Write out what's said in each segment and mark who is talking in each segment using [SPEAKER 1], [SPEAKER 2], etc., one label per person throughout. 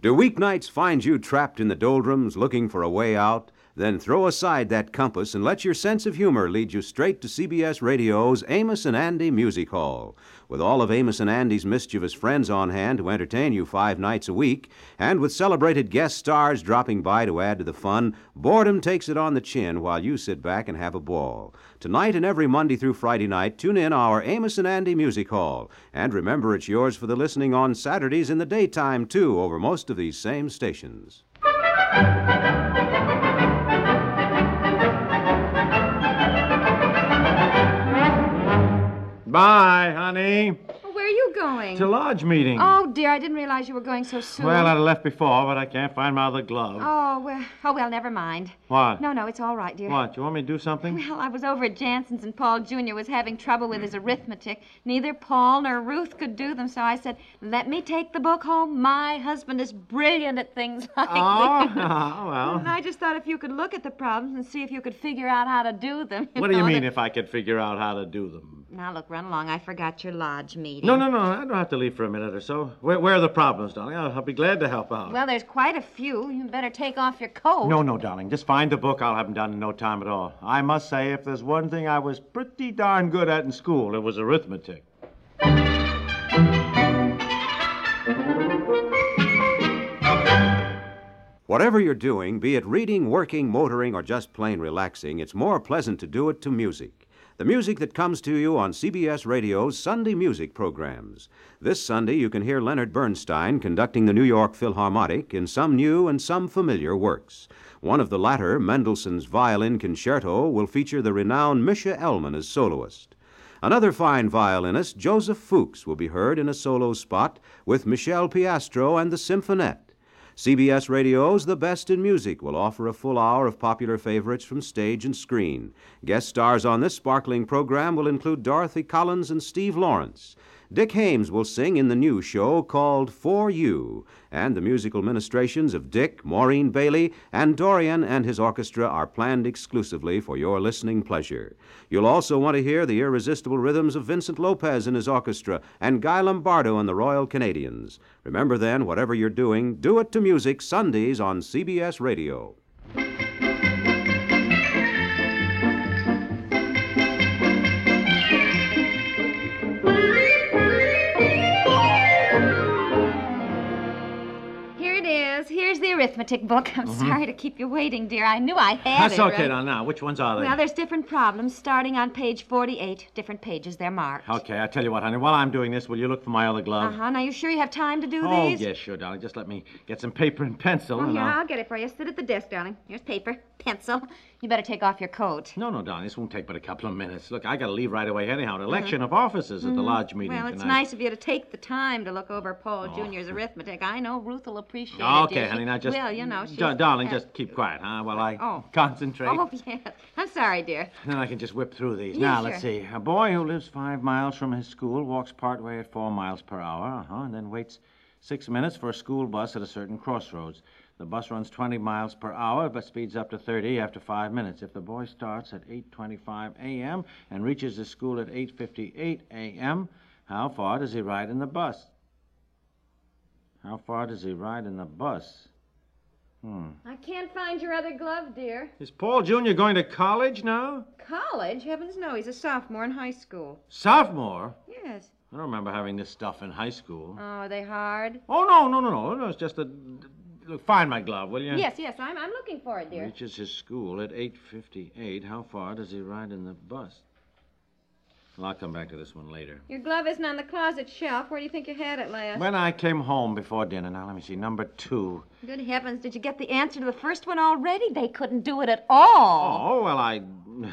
[SPEAKER 1] Do weeknights find you trapped in the doldrums looking for a way out? Then throw aside that compass and let your sense of humor lead you straight to CBS Radio's Amos and Andy Music Hall. With all of Amos and Andy's mischievous friends on hand to entertain you five nights a week, and with celebrated guest stars dropping by to add to the fun, boredom takes it on the chin while you sit back and have a ball. Tonight and every Monday through Friday night, tune in our Amos and Andy Music Hall. And remember, it's yours for the listening on Saturdays in the daytime, too, over most of these same stations.
[SPEAKER 2] Bye, honey.
[SPEAKER 3] Where are you going?
[SPEAKER 2] To lodge meeting.
[SPEAKER 3] Oh, dear, I didn't realize you were going so soon.
[SPEAKER 2] Well, I left before, but I can't find my other glove.
[SPEAKER 3] Oh, well, oh, well, never mind.
[SPEAKER 2] What?
[SPEAKER 3] No, no, it's all right, dear.
[SPEAKER 2] What? You want me to do something?
[SPEAKER 3] Well, I was over at Jansen's, and Paul Jr. was having trouble with his arithmetic. Neither Paul nor Ruth could do them, so I said, Let me take the book home. My husband is brilliant at things like
[SPEAKER 2] Oh,
[SPEAKER 3] this.
[SPEAKER 2] well.
[SPEAKER 3] And I just thought if you could look at the problems and see if you could figure out how to do them.
[SPEAKER 2] What do you
[SPEAKER 3] know,
[SPEAKER 2] mean
[SPEAKER 3] that-
[SPEAKER 2] if I could figure out how to do them?
[SPEAKER 3] Now, look, run along. I forgot your lodge meeting.
[SPEAKER 2] No, no, no. I don't have to leave for a minute or so. Where, where are the problems, darling? I'll, I'll be glad to help out.
[SPEAKER 3] Well, there's quite a few. You better take off your coat.
[SPEAKER 2] no, no, darling. Just find the book. I'll have them done in no time at all. I must say, if there's one thing I was pretty darn good at in school, it was arithmetic.
[SPEAKER 1] Whatever you're doing, be it reading, working, motoring, or just plain relaxing, it's more pleasant to do it to music. The music that comes to you on CBS Radio's Sunday music programs. This Sunday, you can hear Leonard Bernstein conducting the New York Philharmonic in some new and some familiar works. One of the latter, Mendelssohn's Violin Concerto, will feature the renowned Misha Elman as soloist. Another fine violinist, Joseph Fuchs, will be heard in a solo spot with Michel Piastro and the Symphonette. CBS Radio's The Best in Music will offer a full hour of popular favorites from stage and screen. Guest stars on this sparkling program will include Dorothy Collins and Steve Lawrence. Dick Hames will sing in the new show called For You, and the musical ministrations of Dick, Maureen Bailey, and Dorian and his orchestra are planned exclusively for your listening pleasure. You'll also want to hear the irresistible rhythms of Vincent Lopez and his orchestra, and Guy Lombardo and the Royal Canadians. Remember then, whatever you're doing, do it to music Sundays on CBS Radio.
[SPEAKER 3] Here it is. Here's the arithmetic book. I'm sorry to keep you waiting, dear. I knew I had
[SPEAKER 2] Mm-hmm. That's
[SPEAKER 3] it.
[SPEAKER 2] okay,
[SPEAKER 3] right?
[SPEAKER 2] now. Now, which ones are they?
[SPEAKER 3] Well, there's different problems starting on page 48. Different pages, they're marked.
[SPEAKER 2] Okay, I tell you what, honey. While I'm doing this, will you look for my other glove?
[SPEAKER 3] Uh-huh. Now, you sure you have time to do
[SPEAKER 2] Oh,
[SPEAKER 3] these?
[SPEAKER 2] yes, sure, darling. Just let me get some paper and pencil.
[SPEAKER 3] Oh,
[SPEAKER 2] and
[SPEAKER 3] yeah,
[SPEAKER 2] I'll-
[SPEAKER 3] I'll get it for you. Sit at the desk, darling. Here's paper, pencil. You better take off your coat.
[SPEAKER 2] No, no, darling. This won't take but a couple of minutes. Look, I gotta leave right away anyhow. An election of officers at the lodge meeting
[SPEAKER 3] Uh-huh. Mm-hmm. Well, it's
[SPEAKER 2] tonight.
[SPEAKER 3] nice of you to take the time to look over Paul Jr.'s arithmetic. I know Ruth will appreciate it.
[SPEAKER 2] Oh. Okay,
[SPEAKER 3] dear.
[SPEAKER 2] honey.
[SPEAKER 3] She-
[SPEAKER 2] Now just.
[SPEAKER 3] Well, you know, she's...
[SPEAKER 2] Ja- darling,
[SPEAKER 3] uh,
[SPEAKER 2] just keep quiet, huh? While I
[SPEAKER 3] Oh.
[SPEAKER 2] concentrate.
[SPEAKER 3] Oh, yes. I'm sorry, dear.
[SPEAKER 2] Then I can just whip through these.
[SPEAKER 3] Yeah,
[SPEAKER 2] now, let's see. A boy who lives five miles from his school walks partway at four miles per hour, uh-huh, and then waits six minutes for a school bus at a certain crossroads. The bus runs 20 miles per hour, but speeds up to 30 after five minutes. If the boy starts at 8:25 a.m. and reaches his school at 8:58 a.m., how far does he ride in the bus? How far does he ride in the bus? Hmm.
[SPEAKER 3] I can't find your other glove, dear.
[SPEAKER 2] Is Paul Jr. going to college now?
[SPEAKER 3] College? Heavens no, he's a sophomore in high school.
[SPEAKER 2] Sophomore?
[SPEAKER 3] Yes.
[SPEAKER 2] I don't remember having this stuff in high school.
[SPEAKER 3] Oh, are they hard?
[SPEAKER 2] Oh, no, no, no, no. no it's just a. Look, find my glove, will you?
[SPEAKER 3] Yes, yes, I'm, I'm looking for it, dear.
[SPEAKER 2] Reaches his school at 8.58. How far does he ride in the bus? Well, I'll come back to this one later.
[SPEAKER 3] Your glove isn't on the closet shelf. Where do you think you had it last?
[SPEAKER 2] When I came home before dinner, now let me see, number two.
[SPEAKER 3] Good heavens, did you get the answer to the first one already? They couldn't do it at all.
[SPEAKER 2] Oh, well, I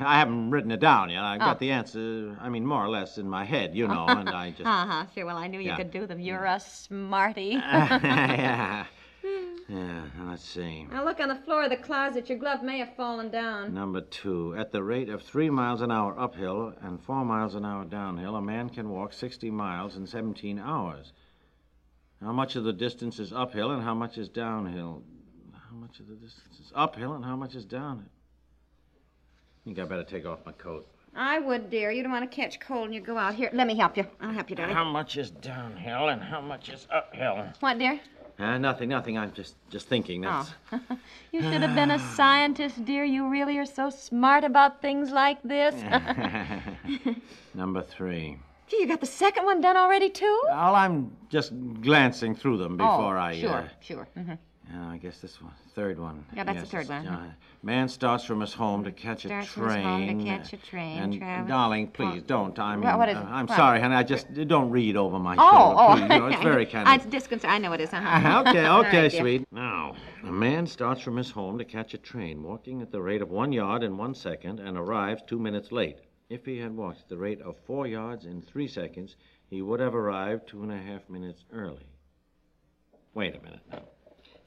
[SPEAKER 2] I haven't written it down yet. I've
[SPEAKER 3] Oh.
[SPEAKER 2] got the answer, I mean, more or less in my head, you know, and I just.
[SPEAKER 3] Uh huh. Sure. Well, I knew you
[SPEAKER 2] Yeah. Mm.
[SPEAKER 3] could do them. You're a smarty.
[SPEAKER 2] yeah. Yeah, let's see.
[SPEAKER 3] now look on the floor of the closet. Your glove may have fallen down.
[SPEAKER 2] Number two, at the rate of three miles an hour uphill and four miles an hour downhill, a man can walk 60 miles in 17 hours. How much of the distance is uphill and how much is downhill? How much of the distance is uphill and how much is downhill? I think I better take off my coat.
[SPEAKER 3] I would, dear. You don't want to catch cold and you go out here. Let me help you. I'll help you, darling.
[SPEAKER 2] How much is downhill and how much is uphill?
[SPEAKER 3] What, dear?
[SPEAKER 2] Uh, nothing, nothing. I'm just just thinking.
[SPEAKER 3] Oh.
[SPEAKER 2] That's
[SPEAKER 3] You should have been a scientist, dear. You really are so smart about things like this.
[SPEAKER 2] number three.
[SPEAKER 3] Gee, you got the second one done already, too?
[SPEAKER 2] Well, I'm just glancing through them Uh, before
[SPEAKER 3] oh,
[SPEAKER 2] I.
[SPEAKER 3] Sure,
[SPEAKER 2] Uh,
[SPEAKER 3] sure. hmm
[SPEAKER 2] Yeah, I guess this one, third one.
[SPEAKER 3] Yeah, that's the third
[SPEAKER 2] it's-
[SPEAKER 3] one, huh?
[SPEAKER 2] yeah. man starts from his home to catch a
[SPEAKER 3] Starts from
[SPEAKER 2] train.
[SPEAKER 3] his home to catch a train,
[SPEAKER 2] And,
[SPEAKER 3] Travis.
[SPEAKER 2] darling, please don't. I mean,
[SPEAKER 3] what is
[SPEAKER 2] uh,
[SPEAKER 3] it?
[SPEAKER 2] I'm
[SPEAKER 3] What?
[SPEAKER 2] sorry, honey. I just don't read over my
[SPEAKER 3] Oh,
[SPEAKER 2] shoulder.
[SPEAKER 3] oh.
[SPEAKER 2] Please. You know, it's very
[SPEAKER 3] I,
[SPEAKER 2] kind of. Uh-huh,
[SPEAKER 3] it's disconcer- I know it is, huh?
[SPEAKER 2] okay,
[SPEAKER 3] All right,
[SPEAKER 2] okay,
[SPEAKER 3] dear.
[SPEAKER 2] sweet. Now, a man starts from his home to catch a train, walking at the rate of one yard in one second, and arrives two minutes late. If he had walked at the rate of four yards in three seconds, he would have arrived two and a half minutes early. Wait a minute now.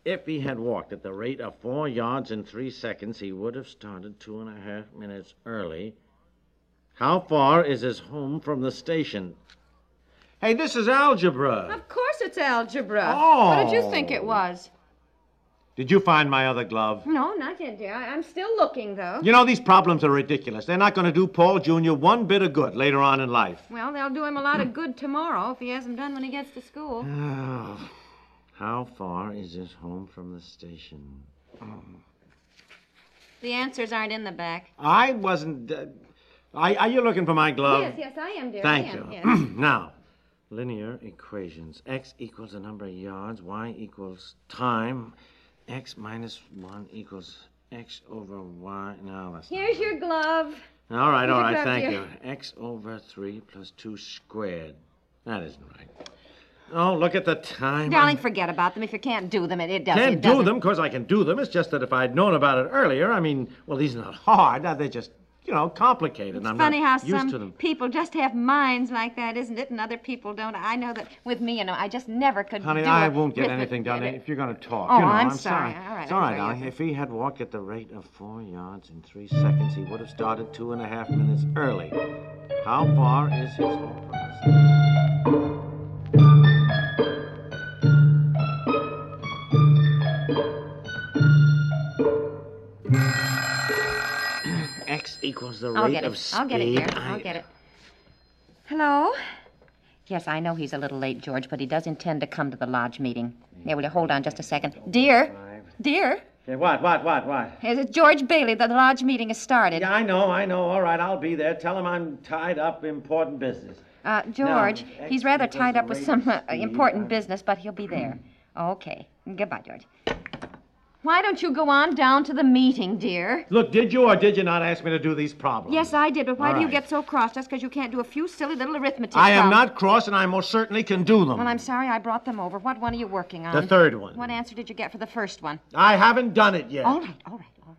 [SPEAKER 2] If he had walked at the rate of four yards in three seconds, he would have started two and a half minutes early. How far is his home from the station? Hey, this is algebra.
[SPEAKER 3] Of course it's algebra. What did you think it
[SPEAKER 2] Oh.
[SPEAKER 3] was?
[SPEAKER 2] Did you find my other glove?
[SPEAKER 3] No, not yet, dear. I, I'm still looking, though.
[SPEAKER 2] You know, these problems are ridiculous. They're not going to do Paul Jr. one bit of good later on in life.
[SPEAKER 3] Well, they'll do him a lot of good tomorrow if he hasn't done when he gets to school.
[SPEAKER 2] Oh, How far is his home from the station?
[SPEAKER 3] The answers aren't in the back.
[SPEAKER 2] I wasn't. Uh, I, are you looking for my glove?
[SPEAKER 3] yes, yes, I am, dear. I
[SPEAKER 2] Uh, Thank
[SPEAKER 3] am,
[SPEAKER 2] you.
[SPEAKER 3] yes.
[SPEAKER 2] now, linear equations. X equals the number of yards. Y equals time. X minus 1 equals x over y. Now, that's not
[SPEAKER 3] Here's your glove.
[SPEAKER 2] All right, all
[SPEAKER 3] Look
[SPEAKER 2] right,
[SPEAKER 3] up
[SPEAKER 2] thank
[SPEAKER 3] here.
[SPEAKER 2] you. X over 3 plus 2 squared. That isn't right. Oh, look at the time.
[SPEAKER 3] Darling, forget about them. If you can't do them, it, it
[SPEAKER 2] I
[SPEAKER 3] doesn't.
[SPEAKER 2] can't
[SPEAKER 3] it doesn't.
[SPEAKER 2] do them because I can do them. It's just that if I'd known about it earlier, I mean, well, these are not hard. Now, They're just, you know, complicated.
[SPEAKER 3] It's
[SPEAKER 2] I'm
[SPEAKER 3] funny how
[SPEAKER 2] not used to
[SPEAKER 3] some
[SPEAKER 2] them.
[SPEAKER 3] people just have minds like that, isn't it? And other people don't. I know that with me, you know, I just never could
[SPEAKER 2] Honey,
[SPEAKER 3] do
[SPEAKER 2] I
[SPEAKER 3] it
[SPEAKER 2] won't get
[SPEAKER 3] with
[SPEAKER 2] anything
[SPEAKER 3] it.
[SPEAKER 2] done if you're going to talk.
[SPEAKER 3] Oh,
[SPEAKER 2] you know,
[SPEAKER 3] I'm
[SPEAKER 2] I'm,
[SPEAKER 3] sorry. All right,
[SPEAKER 2] It's
[SPEAKER 3] I'm
[SPEAKER 2] all
[SPEAKER 3] sorry.
[SPEAKER 2] right, darling. If he had walked at the rate of four yards in three seconds, he would have started two and a half minutes early. How far is his home from us? X equals the
[SPEAKER 3] I'll
[SPEAKER 2] rate
[SPEAKER 3] get
[SPEAKER 2] of
[SPEAKER 3] it.
[SPEAKER 2] speed.
[SPEAKER 3] I'll get it, dear. I'll
[SPEAKER 2] I-
[SPEAKER 3] get it. Hello? Yes, I know he's a little late, George, but he does intend to come to the lodge meeting. Yeah, will you hold on just a second? Dear? Dear?
[SPEAKER 2] Hey, what, what, what, what?
[SPEAKER 3] Is it George Bailey? The lodge meeting has started.
[SPEAKER 2] Yeah, I know, I know. All right, I'll be there. Tell him I'm tied up, important business.
[SPEAKER 3] Uh, George,
[SPEAKER 2] No,
[SPEAKER 3] he's rather
[SPEAKER 2] actually,
[SPEAKER 3] tied
[SPEAKER 2] there's
[SPEAKER 3] up
[SPEAKER 2] a
[SPEAKER 3] with
[SPEAKER 2] rate
[SPEAKER 3] some
[SPEAKER 2] of
[SPEAKER 3] uh,
[SPEAKER 2] speed.
[SPEAKER 3] important
[SPEAKER 2] I-
[SPEAKER 3] business, but he'll be there. Okay. Goodbye, George. Why don't you go on down to the meeting, dear?
[SPEAKER 2] Look, did you or did you not ask me to do these problems?
[SPEAKER 3] Yes, I did, but why
[SPEAKER 2] All
[SPEAKER 3] do you
[SPEAKER 2] right.
[SPEAKER 3] get so cross just because you can't do a few silly little arithmetic?
[SPEAKER 2] I am
[SPEAKER 3] problems?
[SPEAKER 2] not cross, and I most certainly can do them.
[SPEAKER 3] Well, I'm sorry I brought them over. What one are you working on?
[SPEAKER 2] The third one.
[SPEAKER 3] What Oh. answer did you get for the first one?
[SPEAKER 2] I haven't done it yet.
[SPEAKER 3] All right, all right, all right.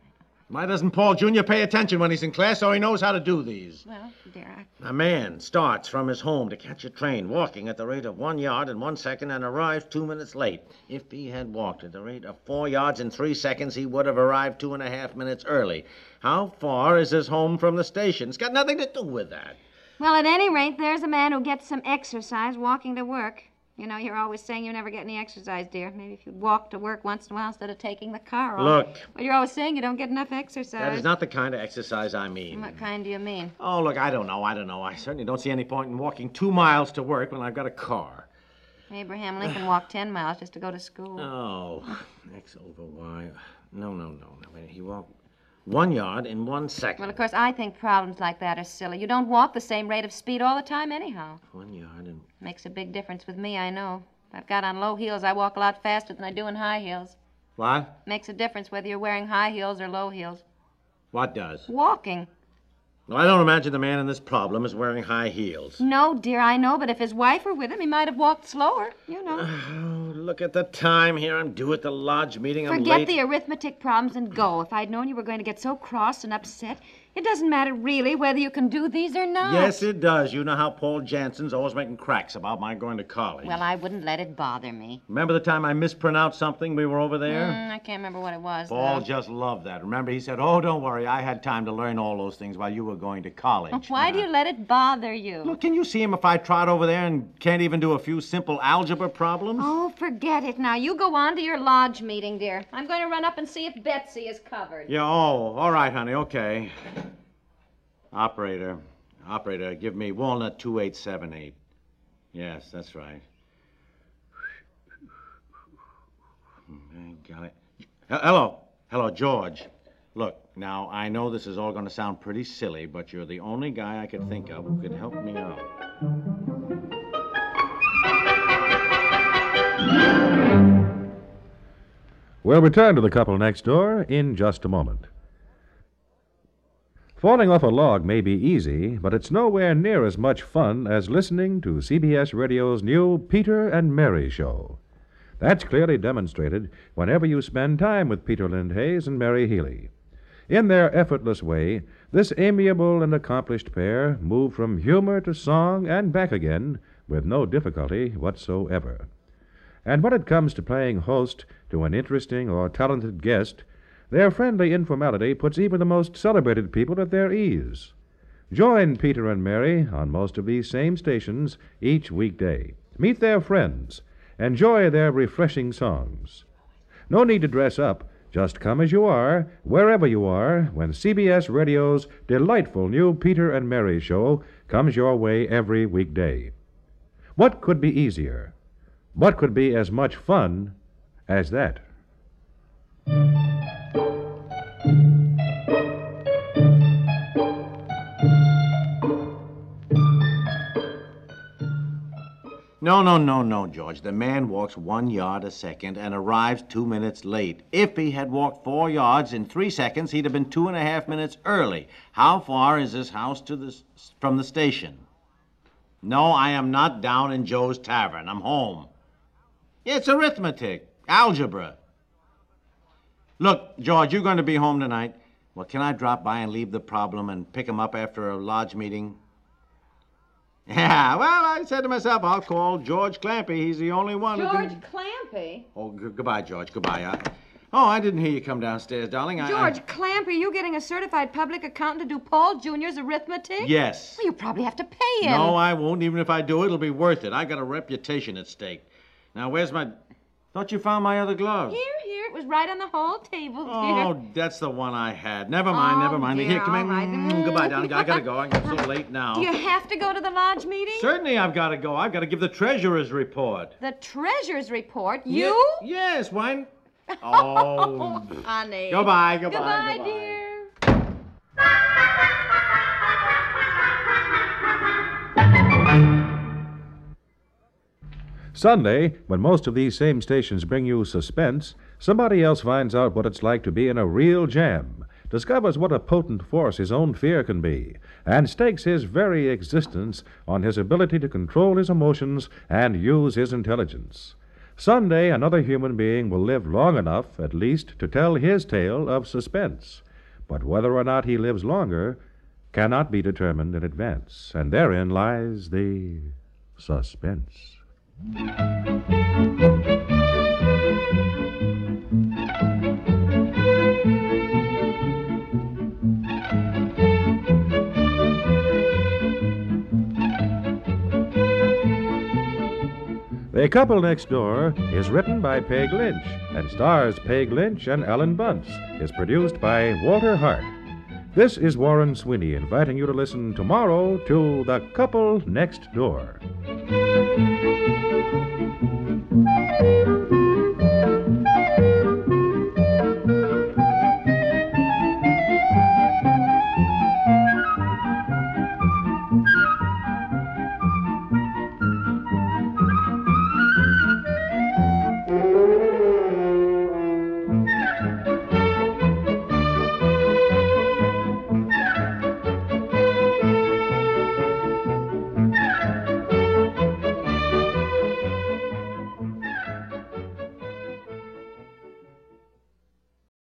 [SPEAKER 2] Why doesn't Paul Jr. pay attention when he's in class so he knows how to do these?
[SPEAKER 3] Well, dear, I...
[SPEAKER 2] A man starts from his home to catch a train, walking at the rate of one yard in one second and arrives two minutes late. If he had walked at the rate of four yards in three seconds, he would have arrived two and a half minutes early. How far is his home from the station? It's got nothing to do with that.
[SPEAKER 3] Well, at any rate, there's a man who gets some exercise walking to work. You know, you're always saying you never get any exercise, dear. Maybe if you'd walk to work once in a while instead of taking the car off.
[SPEAKER 2] Look.
[SPEAKER 3] Well, you're always saying you don't get enough exercise.
[SPEAKER 2] That is not the kind of exercise I mean.
[SPEAKER 3] What kind do you mean?
[SPEAKER 2] Oh, look, I don't know. I don't know. I certainly don't see any point in walking two miles to work when I've got a car.
[SPEAKER 3] Abraham Lincoln walked 10 miles just to go to school.
[SPEAKER 2] Oh, X over Y. No, no, no, no. Wait, He walked one yard in one
[SPEAKER 3] Well,
[SPEAKER 2] second.
[SPEAKER 3] of course, I think problems like that are silly. You don't walk the same rate of speed all the time, anyhow.
[SPEAKER 2] One yard in.
[SPEAKER 3] Makes a big difference with me, I know. If I've got on low heels, I walk a lot faster than I do in high heels.
[SPEAKER 2] What?
[SPEAKER 3] Makes a difference whether you're wearing high heels or low heels.
[SPEAKER 2] What does?
[SPEAKER 3] Walking.
[SPEAKER 2] Well, I don't imagine the man in this problem is wearing high heels.
[SPEAKER 3] No, dear, I know, but if his wife were with him, he might have walked slower, you know.
[SPEAKER 2] Oh, look at the time here. I'm due at the lodge meeting. I'm
[SPEAKER 3] Hmm. Forget
[SPEAKER 2] late.
[SPEAKER 3] the arithmetic problems and go. If I'd known you were going to get so cross and upset, It doesn't matter really whether you can do these or not.
[SPEAKER 2] Yes, it does. You know how Paul Jansen's always making cracks about my going to college.
[SPEAKER 3] Well, I wouldn't let it bother me.
[SPEAKER 2] Remember the time I mispronounced something? We were over there?
[SPEAKER 3] Mm, I can't remember what it was.
[SPEAKER 2] Paul
[SPEAKER 3] though.
[SPEAKER 2] just loved that. Remember, he said, Oh, don't worry. I had time to learn all those things while you were going to college.
[SPEAKER 3] Why do you let it bother you?
[SPEAKER 2] Look, can you see him if I trot over there and can't even do a few simple algebra problems?
[SPEAKER 3] Oh, forget it now. You go on to your lodge meeting, dear. I'm going to run up and see if Betsy is covered.
[SPEAKER 2] Yeah, oh, all right, honey, okay. Operator, operator, give me walnut 2878. Yes, that's right. Thank golly. He- Hello, hello, George. Look, now, I know this is all going to sound pretty silly, but you're the only guy I could think of who could help me out.
[SPEAKER 1] We'll return to the couple next door in just a moment. Falling off a log may be easy, but it's nowhere near as much fun as listening to CBS Radio's new Peter and Mary show. That's clearly demonstrated whenever you spend time with Peter Lindhays and Mary Healy. In their effortless way, this amiable and accomplished pair move from humor to song and back again with no difficulty whatsoever. And when it comes to playing host to an interesting or talented guest, their friendly informality puts even the most celebrated people at their ease. Join Peter and Mary on most of these same stations each weekday. Meet their friends. Enjoy their refreshing songs. No need to dress up. Just come as you are, wherever you are, when CBS Radio's delightful new Peter and Mary show comes your way every weekday. What could be easier? What could be as much fun as that?
[SPEAKER 2] No, no, no, no, George. The man walks one yard a second and arrives two minutes late. If he had walked four yards in three seconds, he'd have been two and a half minutes early. How far is this house to the, s- from the station? No, I am not down in Joe's Tavern. I'm home. It's arithmetic, algebra. Look, George, you're going to be home tonight. Well, can I drop by and leave the problem and pick him up after a lodge meeting? Yeah, well, I said to myself, I'll call George Clampy. He's the only one who can.
[SPEAKER 3] George Clampy?
[SPEAKER 2] Oh, g- goodbye, George. Goodbye. I... Oh, I didn't hear you come downstairs, darling. I, I-
[SPEAKER 3] George Clampy, you getting a certified public accountant to do Paul Jr.'s arithmetic?
[SPEAKER 2] Yes.
[SPEAKER 3] Well, you probably have to pay him.
[SPEAKER 2] No, I won't. Even if I do, it'll be worth it. I got a reputation at stake. Now, where's my. Thought you found my other glove.
[SPEAKER 3] Here, here. It was right on the hall table, dear.
[SPEAKER 2] Oh, that's the one I had. Never mind,
[SPEAKER 3] Oh,
[SPEAKER 2] never mind.
[SPEAKER 3] dear,
[SPEAKER 2] Here, come in.
[SPEAKER 3] all right.
[SPEAKER 2] Mm, Goodbye, darling. I gotta go. I'm so late now.
[SPEAKER 3] Do you have to go to the lodge meeting?
[SPEAKER 2] Certainly, I've gotta go. I've gotta give the treasurer's report.
[SPEAKER 3] The treasurer's report? You?
[SPEAKER 2] Ye- yes, why? Oh.
[SPEAKER 3] Honey.
[SPEAKER 2] goodbye, goodbye,
[SPEAKER 3] Goodbye, dear.
[SPEAKER 1] Sunday, when most of these same stations bring you suspense, somebody else finds out what it's like to be in a real jam, discovers what a potent force his own fear can be, and stakes his very existence on his ability to control his emotions and use his intelligence. Sunday, another human being will live long enough, at least, to tell his tale of suspense. But whether or not he lives longer cannot be determined in advance, and therein lies the suspense. The Couple Next Door is written by Peg Lynch and stars Peg Lynch and Alan Bunce. is produced by Walter Hart. This is Warren Sweeney inviting you to listen tomorrow to The Couple Next Door.